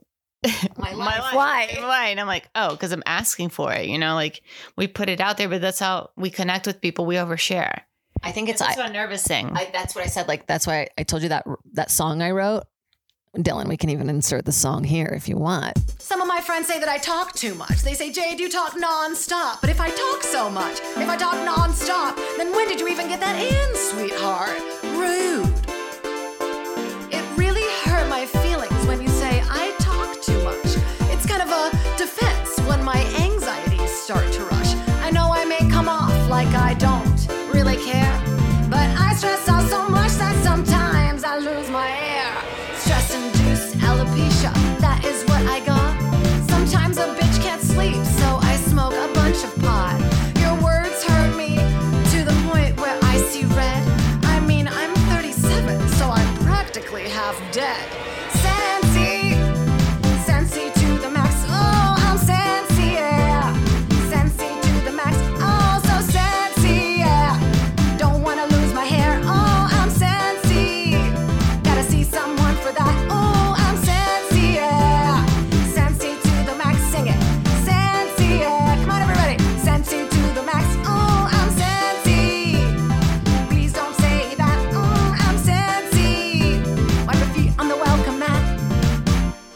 my life. why why and i'm like oh because i'm asking for it you know like we put it out there but that's how we connect with people we overshare I think it's. it's also a nervous thing I, that's what I said. Like that's why I told you that that song I wrote. Dylan, we can even insert the song here if you want. Some of my friends say that I talk too much. They say, Jade, you talk nonstop. But if I talk so much, if I talk nonstop, then when did you even get that in, sweetheart? Rude. It really hurt my feelings when you say I talk too much. It's kind of a defense when my anxieties start to rush. I know I may come off like I don't really care, but I stress out so much that sometimes I lose my air. Stress induced alopecia, that is what I got. Sometimes a bitch can't sleep, so I smoke a bunch of pot. Your words hurt me dead. Sensi, sensi to the max. Oh, I'm sensi, yeah. Sensi to the max. Oh, so sensi, yeah. Don't wanna lose my hair. Oh, I'm sensi. Gotta see someone for that. Oh, I'm sensi, yeah. Sensi to the max. Sing it. Sensi, yeah. Come on, everybody. Sensi to the max. Oh, I'm sensi. Please don't say that. Mm, I'm sensy. Wipe your feet on the welcome mat.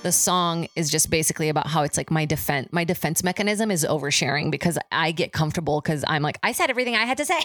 the song is just basically about how it's like my defense my defense mechanism is oversharing because I get comfortable because I'm like I said everything I had to say.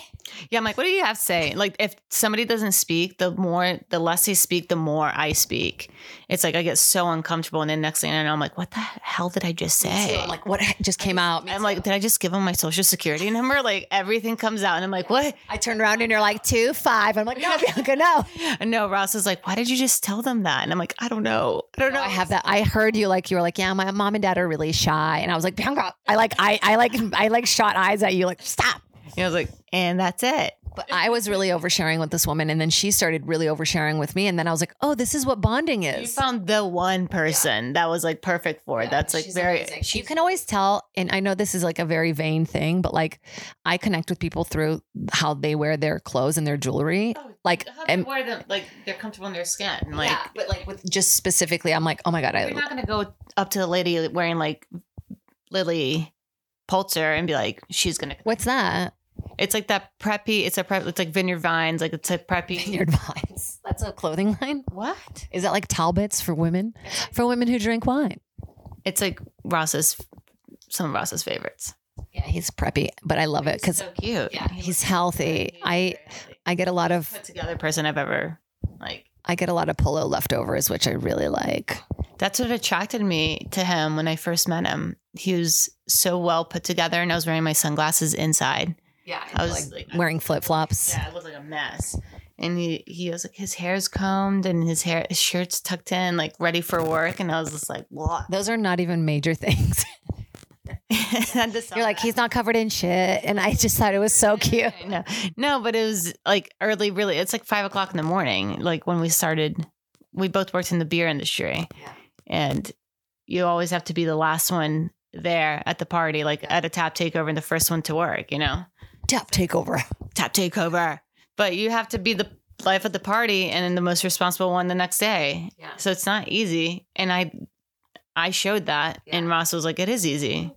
Yeah, I'm like, what do you have to say? Like, if somebody doesn't speak, the more, the less they speak, the more I speak. It's like I get so uncomfortable, and then next thing I know, I'm like, what the hell did I just say? I'm like what just came out. I'm like, did I just give them my social security number? (laughs) Like everything comes out, and I'm like, what? I turn around and you're like two five. I'm like (laughs) no, Bianca, no. And no, Ross is like, why did you just tell them that? And I'm like, I don't know, I don't know. I have that. I heard you like you were like yeah, my mom and dad are really shy, and I was like Bianca, I like I I like I like shot eyes at you like stop. And I was like, and that's it. But I was really oversharing with this woman, and then she started really oversharing with me, and then I was like, oh, this is what bonding You is. found the one person that was like perfect for it. That's like very. you can always tell and i know this is like a very vain thing but like i connect with people through how they wear their clothes and their jewelry like and wear them like they're comfortable in their skin. Like yeah, but like with just specifically i'm like oh my god you're (laughs) i not gonna go up to the lady wearing like Lily Pulitzer and be like, she's gonna. what's that It's like that preppy. It's a prep. It's like Vineyard Vines. Like it's a preppy. vineyard vines that's a clothing line (laughs) What? is that like talbots for women for women who drink wine It's like Ross's. Some of Ross's favorites. yeah he's preppy but i love it because So cute. Yeah, he's healthy i i get a lot of put together person I've ever like. i get a lot of polo leftovers which i really like That's what attracted me to him when I first met him. He was so well put together, and I was wearing my sunglasses inside. Yeah, I was like, Uh, wearing flip-flops Yeah, it looked like a mess. And he, he was like, his hair's combed and his hair, his shirt's tucked in, like ready for work. And I was just like, what? (laughs) those are not even major (laughs) things You're like, he's not covered in shit. And I just thought it was so cute. no, no, but it was like early, really. It's like five o'clock in the morning, like when we started. We both worked in the beer industry, and you always have to be the last one there at the party, like at a tap takeover, and the first one to work. You know, Tap takeover. tap takeover. But you have to be the life of the party and then the most responsible one the next day. Yeah. So it's not easy. And I I showed that and Ross was like, it is easy.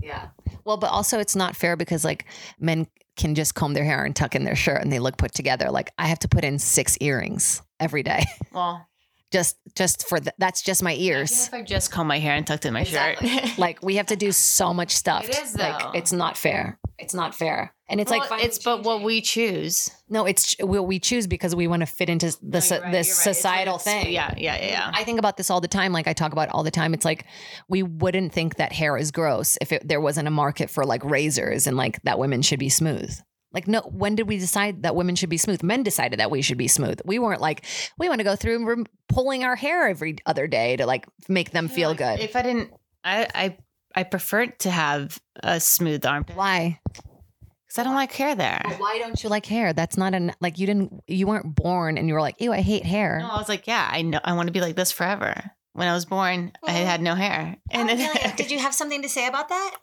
Well, but also it's not fair because like men can just comb their hair and tuck in their shirt and they look put together. Like I have to put in six earrings every day. (laughs) Well, Just just for th- that's just my ears. (laughs) if I just comb my hair and tucked in my shirt. Like we have to do so much stuff. It is, though. Like it's not fair. It's not fair. And it's It's like like it's but what we choose. no, it's well, we choose because we want to fit into the so- this societal thing. Yeah, yeah, yeah, yeah. I think about this all the time. Like I talk about it all the time. It's like we wouldn't think that hair is gross if it, there wasn't a market for like razors and like that women should be smooth. Like no, when did we decide that women should be smooth? Men decided that we should be smooth. We weren't like we want to go through and rem- pulling our hair every other day to like make them feel good. If I didn't I I I prefer to have a smooth armpit (laughs) why? because I don't like hair there. Why don't you like hair? That's not an like you didn't you weren't born and you were like ew I hate hair. No, I was like, yeah, I know I want to be like this forever. When I was born, I Oh. had no hair. And (laughs) then Oh, Did you have something to say about that?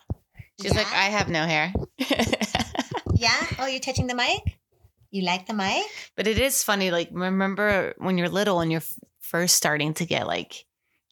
she's like, I have no hair. (laughs) Yeah. Oh, you're touching the mic. You like the mic? but it is funny, like remember when you're little and you're f- first starting to get like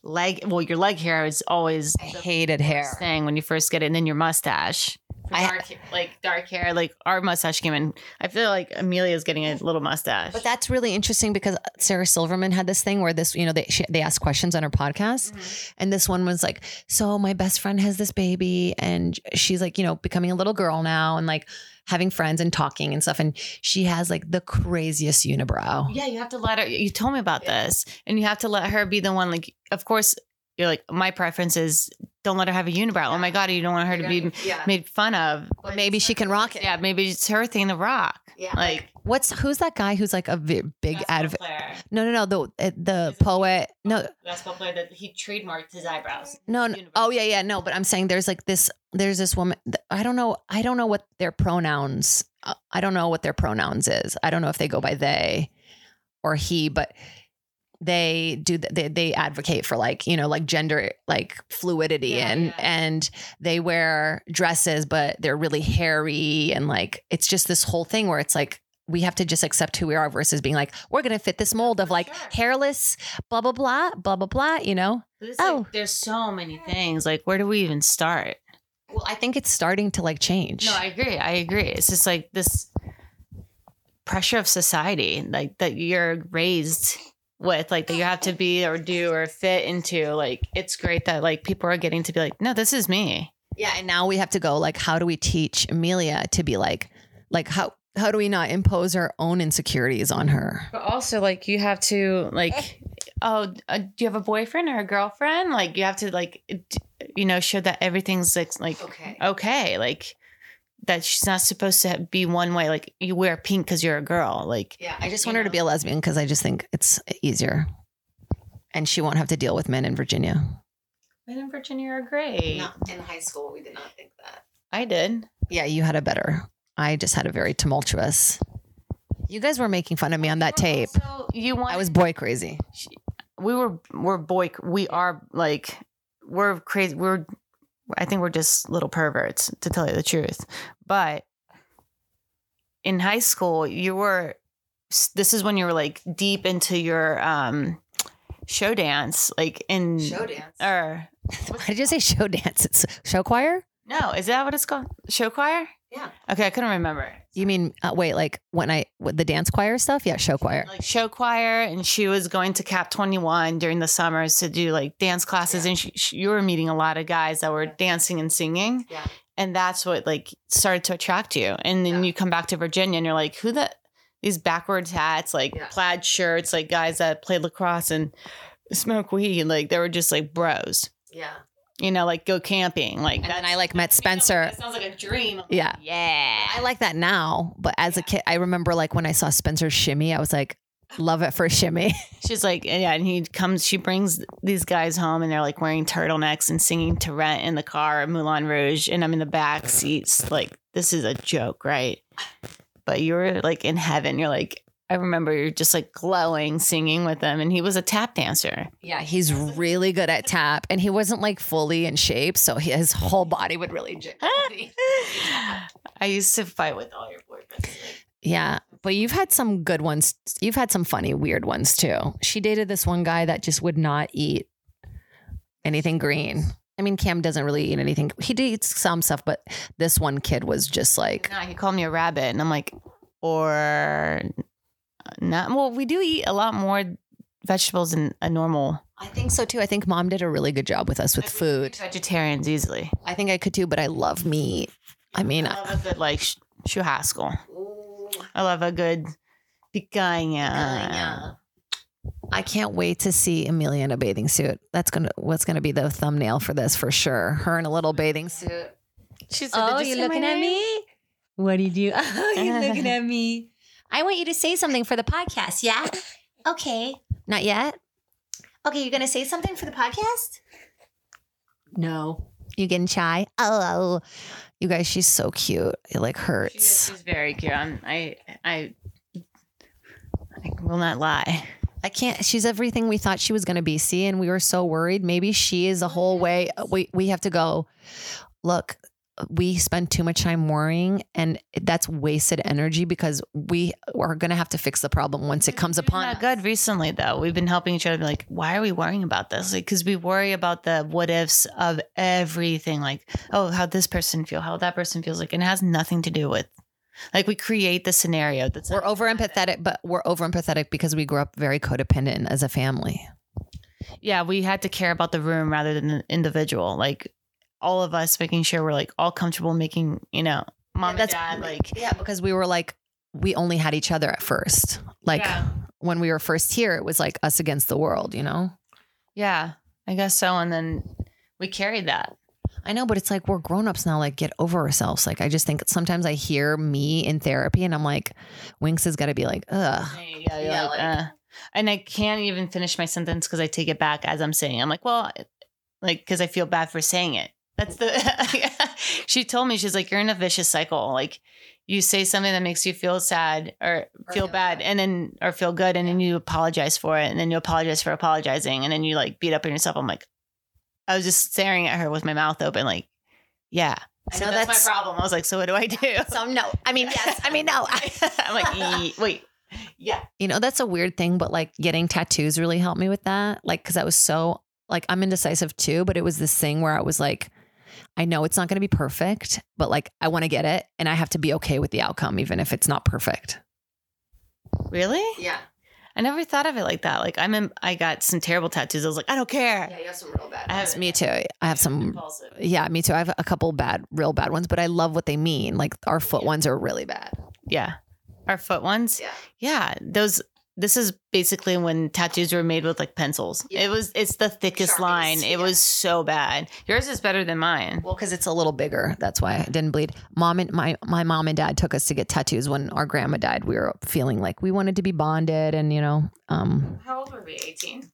leg well, your leg hair is always I hated hair. thing when you first get it, and then your mustache. I- Dark, like dark hair, like our mustache came in. I feel like Amelia's getting a little mustache. But that's really interesting because Sarah Silverman had this thing where this, you know, they she, they asked questions on her podcast, and this one was like, "So my best friend has this baby, and she's like, you know, becoming a little girl now, and like having friends and talking and stuff, and she has like the craziest unibrow." Yeah, you have to let her. You told me about this, and you have to let her be the one. Like, of course, you're like, my preference is don't let her have a unibrow. Oh my god, you don't want her to be made fun of. But maybe she can rock it. Yeah, maybe it's her thing to rock. Yeah, like What's who's that guy who's like a vi- big advocate? player, No, no, no, the uh, the poet. No, basketball player that he trademarked his eyebrows. No, no. oh yeah, yeah, no. But I'm saying there's like this. There's this woman. th- I don't know. I don't know what their pronouns. uh, I don't know what their pronouns is. I don't know if they go by they or he. But they do th- they they advocate for like you know like gender like fluidity Yeah, and yeah. and they wear dresses but they're really hairy and like it's just this whole thing where it's like we have to just accept who we are versus being like we're gonna fit this mold of like hairless blah blah blah blah blah blah you know But it's Oh. like, there's so many things. Like, where do we even start? well i think it's starting to like change No, I agree. I agree. It's just like this pressure of society, like that you're raised with, like that you have to be or do or fit into. Like, it's great that like people are getting to be like, no, this is me. Yeah, and now we have to go like how do we teach Amelia to be like like how how do we not impose our own insecurities on her? But also, like, you have to like, oh, uh, do you have a boyfriend or a girlfriend? Like, you have to like, d- you know, show that everything's like, like Okay. okay, like that she's not supposed to be one way. Like, you wear pink because you're a girl. Like, Yeah, I just want her to be a lesbian because I just think it's easier. And she won't have to deal with men in Virginia. men in Virginia are great. in high school, we did not think that. I did. Yeah, you had a better. I just had a very tumultuous. You guys were making fun of me on that tape. So you want? I was boy crazy. We were. We're boy. We are like. We're crazy. We're. I think we're just little perverts, to tell you the truth. But in high school, you were. This is when you were like deep into your um show dance, like in dance. or Why did you (laughs) say show dance? It's show choir? no, is that what it's called? Show choir. Yeah. Okay, I couldn't remember. You mean uh, wait, like when I with the dance choir stuff? Yeah, show choir. like show choir and she was going to cap 21 during the summers to do like dance classes and she, she, you were meeting a lot of guys that were dancing and singing Yeah. and that's what like started to attract you and then Yeah. you come back to virginia and you're like who the these backwards hats like Yeah. plaid shirts like guys that played lacrosse and smoke weed like they were just like bros Yeah. you know like go camping like And then that's- I like met Spencer. that sounds like a dream Yeah. yeah I like that now, but as a kid, I remember like when I saw Spencer's shimmy, I was like, love it for a shimmy. (laughs) She's like, and yeah, and he comes, she brings these guys home and they're like wearing turtlenecks and singing to rent in the car at Moulin Rouge. And I'm in the back seats, like, this is a joke, right? But you were like in heaven. You're like, I remember you're just like glowing singing with them. And he was a tap dancer. Yeah, he's really good at tap, and he wasn't like fully in shape, so he, his whole body would (laughs) really. j- I used to fight with all your boyfriends. Like, Yeah, but you've had some good ones. You've had some funny, weird ones too. She dated this one guy that just would not eat anything green. I mean, Cam doesn't really eat anything. He eats some stuff, but this one kid was just like, nah, he called me a rabbit. And I'm like, or not. Well, we do eat a lot more vegetables than a normal I think so too. I think mom did a really good job with us with food. vegetarians easily. I think I could too, but I love meat. I mean, I I- love a good like sh- Schuhaskell. I love a good picanha. I can't wait to see Amelia in a bathing suit. That's gonna what's gonna be the thumbnail for this for sure. Her in a little bathing suit. She's Oh, you're looking at (laughs) me? What did you? Oh, you're looking at me. I want you to say something for the podcast, yeah? Okay. Not yet. Okay, you're going to say something for the podcast? No. You getting shy? Oh, you guys, she's so cute. It like hurts. she's very cute. I'm, I, I, I will not lie. I can't. She's everything we thought she was gonna be. See, and we were so worried. Maybe she is the whole way. uh, We we have to go. Look, we spend too much time worrying, and that's wasted energy because we are gonna have to fix the problem once it comes upon Not us. good recently though. We've been helping each other be like, why are we worrying about this? Like, because we worry about the what ifs of everything. Like, oh, how this person feel, how that person feels. Like, and it has nothing to do with. Like, we create the scenario that's We're over empathetic, but we're over empathetic because we grew up very codependent as a family. yeah, we had to care about the room rather than the individual. Like all of us making sure we're like all comfortable making, you know, mom That's- and dad like Yeah, because we were like, we only had each other at first. Like yeah. when we were first here, it was like us against the world, you know? Yeah, I guess so. And then we carried that. I know, but it's like we're grown ups now, like get over ourselves. Like I just think sometimes I hear me in therapy and I'm like, Winx has got to be like, ugh. Yeah, Yeah, like- uh, and I can't even finish my sentence because I take it back as I'm saying. it. I'm like, well, like because I feel bad for saying it. That's the. (laughs) she told me she's like, you're in a vicious cycle. Like, you say something that makes you feel sad or, feel bad, and then or feel good, and then you apologize for it, and then you apologize for apologizing, and then you like beat up on yourself. I'm like, I was just staring at her with my mouth open, like, yeah. I So know that's, that's- my problem. I was like, so what (laughs) do I do? So no, I mean yes, I mean no. (laughs) I'm like, (laughs) "Ye- (laughs) wait, yeah. You know, that's a weird thing, but like getting tattoos really helped me with that. Like, cause I was so, like, I'm indecisive too, but it was this thing where I was like, I know it's not gonna be perfect, but like, I wanna get it and I have to be okay with the outcome, even if it's not perfect. Really? Yeah. I never thought of it like that. Like I'm, in, I got some terrible tattoos. I was like, I don't care. you have some real bad I That's haven't- me too. I have some, Impulsive. yeah, me too. I have a couple bad, real bad ones, but I love what they mean. Like, our foot ones are really bad. Yeah, our foot ones. Yeah. yeah. Those. This is basically when tattoos were made with like pencils. It was. It's the thickest Sharpies, line. It yeah. was so bad. Yours is better than mine. Well, because it's a little bigger. That's why I didn't bleed. Mom and my my mom and dad took us to get tattoos when our grandma died. We were feeling like we wanted to be bonded, and you know, um, How old were we? Eighteen.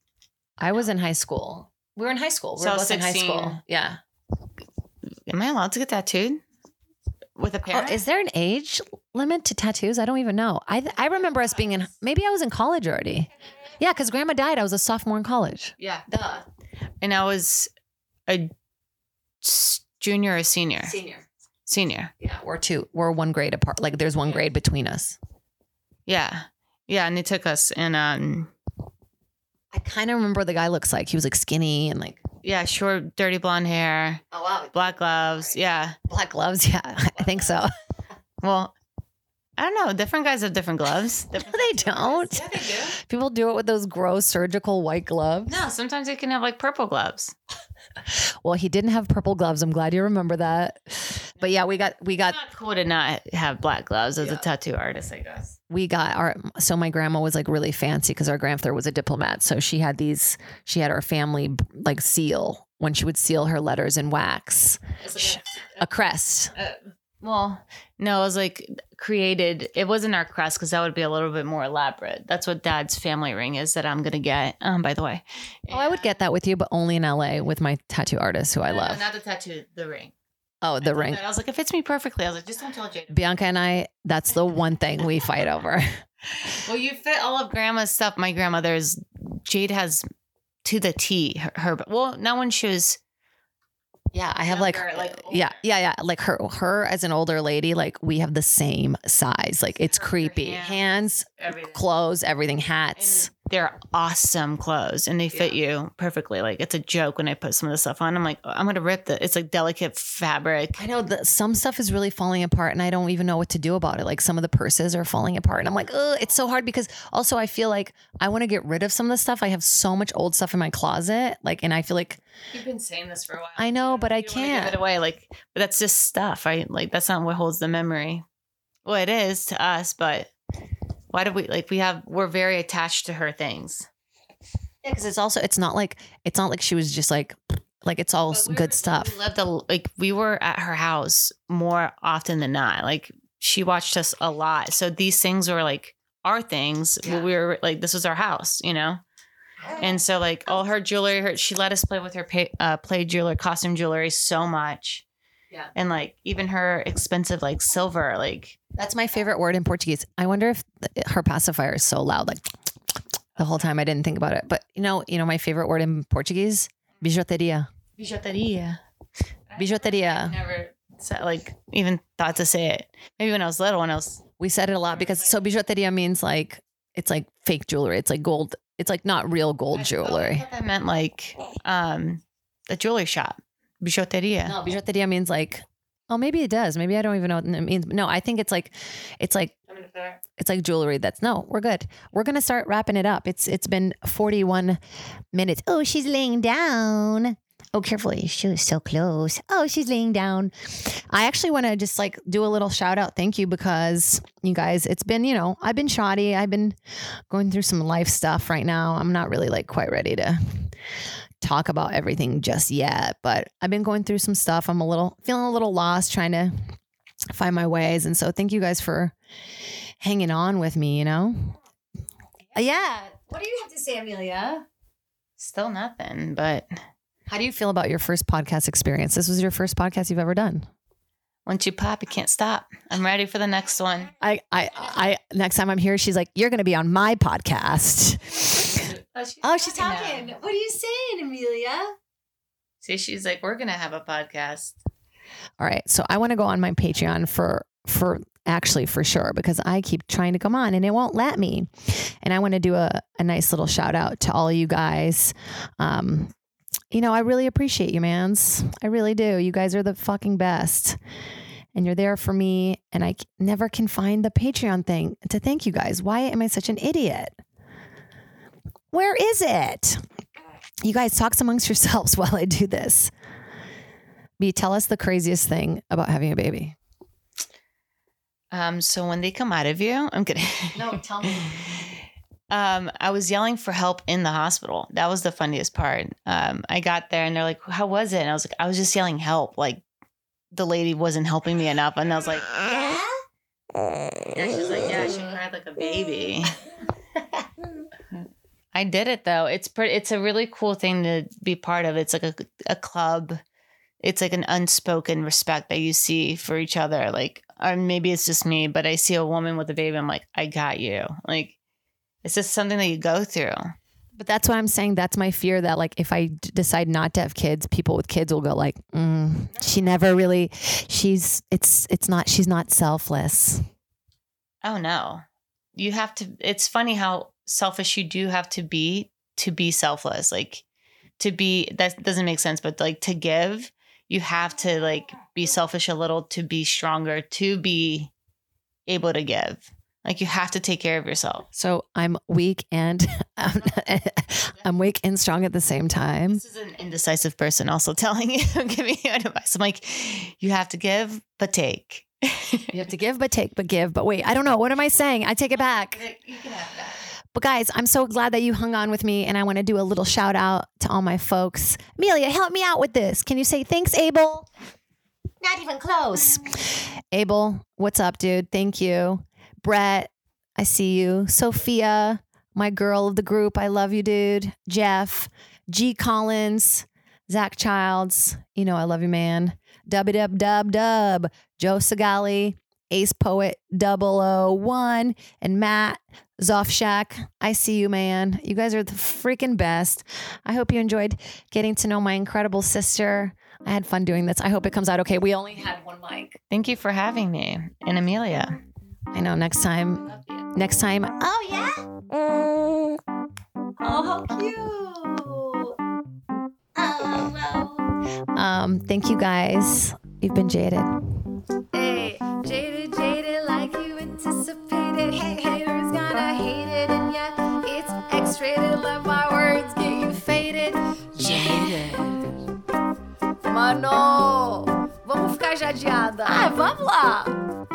I was in high school. We were in high school. We So were both in high 16. school. Yeah. Am I allowed to get tattooed with a parent? Oh, is there an age limit to tattoos? I don't even know. I I remember us being in. Maybe I was in college already. Yeah, because grandma died. I was a sophomore in college. yeah. Duh. And I was a s- junior or senior. Senior. Senior. Yeah, we're two. We're one grade apart. Like there's one grade between us. Yeah. Yeah. And they took us and um I kind of remember what the guy looks like. He was like skinny and like yeah, short, dirty blonde hair, oh wow, black gloves. Yeah. black gloves. (laughs) Yeah, I think so. Well, I don't know. Different guys have different (laughs) gloves. Different- No, they don't. they do. People do it with those gross surgical white gloves. No, sometimes they can have like purple gloves. Well, he didn't have purple gloves. I'm glad you remember that. But yeah, we got we got It's not cool to not have black gloves as a tattoo artist, I guess. we got our so my grandma was like really fancy because our grandfather was a diplomat. So she had these she had our family like seal when she would seal her letters in wax. Sh- a crest. Well, no, it was like created. It wasn't our crest because that would be a little bit more elaborate. That's what Dad's family ring is that I'm gonna get. Um, by the way, Oh, I would get that with you, but only in LA with my tattoo artist who I No, no, love. not the tattoo, the ring. Oh, I the thought ring. that- I was like, it fits me perfectly. I was like, just don't tell Jaden. Bianca and I, that's the one thing we fight over. Well, you fit all of Grandma's stuff. My grandmother's Jade has to the T. Her, her well, not when she was. (laughs) Yeah, I have like, Younger, like, yeah, older. yeah, yeah. Like her, her as an older lady, like we have the same size. Like it's creepy. hands. Hands, clothes, everything, hats. They're awesome clothes and they fit you perfectly. Like it's a joke when I put some of the stuff on. I'm like, oh, I'm gonna rip the. It's like delicate fabric. I know that some stuff is really falling apart, and I don't even know what to do about it. Like some of the purses are falling apart, and I'm like, oh, it's so hard because also I feel like I want to get rid of some of the stuff. I have so much old stuff in my closet, like, and I feel like You've been saying this for a while. I know, but I You don't wanna Give can't. it away, like, but that's just stuff, right? Like that's not what holds the memory. Well, it is to us, but why do we like? We have we're very attached to her things. because it's also it's not like it's not like she was just like like it's all But we good were- stuff. We lived a, like we were at her house more often than not. Like she watched us a lot, so these things were like our things. We were like this was our house, you know. And so like all her jewelry, her, she let us play with her pay, uh, play jewelry, costume jewelry so much. Yeah. And like even her expensive like silver, like That's my favorite word in Portuguese. I wonder if th- her pacifier is so loud, like the whole time I didn't think about it. But you know, you know, my favorite word in Portuguese, bijuteria. bijuteria. Bijuteria. Never said, like even thought to say it. Maybe when I was little, when I was We said it a lot because so bijuteria means like it's like fake jewelry. It's like gold. It's like not real gold I jewelry. thought that meant like um a jewelry shop, bijuteria. No, bijuteria means like. Oh, maybe it does. Maybe I don't even know what it means. No, I think it's like, it's like, it's like jewelry. That's no. We're good. We're gonna start wrapping it up. It's it's been forty one minutes. Oh, she's laying down. Oh, carefully. She was so close. Oh, she's laying down. I actually want to just like do a little shout out. Thank you because you guys, it's been, you know, I've been shoddy. I've been going through some life stuff right now. I'm not really like quite ready to talk about everything just yet, but I've been going through some stuff. I'm a little feeling a little lost trying to find my ways. And so thank you guys for hanging on with me, you know? Yeah. What do you have to say, Amelia? Still nothing, but How do you feel about your first podcast experience? This was your first podcast you've ever done. Once you pop, you can't stop. I'm ready for the next one. I, I, I. Next time I'm here, she's like, "You're going to be on my podcast." Oh, she's talking. What are you saying, Amelia? See, she's like, we're gonna have a podcast. All right, so I want to go on my Patreon for for actually for sure because I keep trying to come on and it won't let me. And I want to do a a nice little shout out to all you guys. Um, you know, I really appreciate you, man's. I really do. You guys are the fucking best. And you're there for me, and I c- never can find the Patreon thing to thank you guys. Why am I such an idiot? Where is it? You guys talks amongst yourselves (laughs) while I do this. B, tell us the craziest thing about having a baby. Um, so when they come out of you, I'm kidding. (laughs) No, tell me. Um, I was yelling for help in the hospital. That was the funniest part. Um, I got there and they're like, "How was it?" And I was like, "I was just yelling help." Like the lady wasn't helping me enough, and I was like, "Yeah." And she's like, "Yeah." She cried like a baby. (laughs) I did it though. It's pretty. It's a really cool thing to be part of. It's like a a club. It's like an unspoken respect that you see for each other. Like, or maybe it's just me, but I see a woman with a baby. I'm like, I got you. Like. It's just something that you go through. But that's what I'm saying. That's my fear that like if I d- decide not to have kids, people with kids will go like, mm, she never really, she's it's it's not she's not selfless. Oh no. You have to it's funny how selfish you do have to be to be selfless. Like to be that doesn't make sense, but like to give, you have to like be selfish a little to be stronger, to be able to give. Like you have to take care of yourself. So I'm weak and (laughs) I'm, I'm weak and strong at the same time. This is an indecisive person also (laughs) telling you, giving you advice. I'm like, you have to give, but take. (laughs) You have to give but take but give but wait. I don't know. What am I saying? I take it back. You can have that. But guys, I'm so glad that you hung on with me, and I want to do a little shout out to all my folks. Amelia, help me out with this. Can you say thanks, Abel? Not even close. Abel, what's up, dude? Thank you. Brett, I see you. Sophia, my girl of the group, I love you, dude. Jeff, G. Collins, Zach Childs, you know I love you, man. Dubby dub dub dub. Joe Sagali, Ace Poet 001, and Matt Zofshak, I see you, man. You guys are the freaking best. I hope you enjoyed getting to know my incredible sister. I had fun doing this. I hope it comes out okay. We only had one mic. Thank you for having me and Amelia. I know next time, next time, Oh yeah. Oh, how cute. Oh, wow. um, thank you guys. You've been jaded. Hey, jaded, jaded, like you anticipated. Hey, haters gonna hate it, and yeah, it's X-rated. Let my words get you faded. Jaded. Mano, Ah, vamos ficar jadeada. Ai, vamos lá.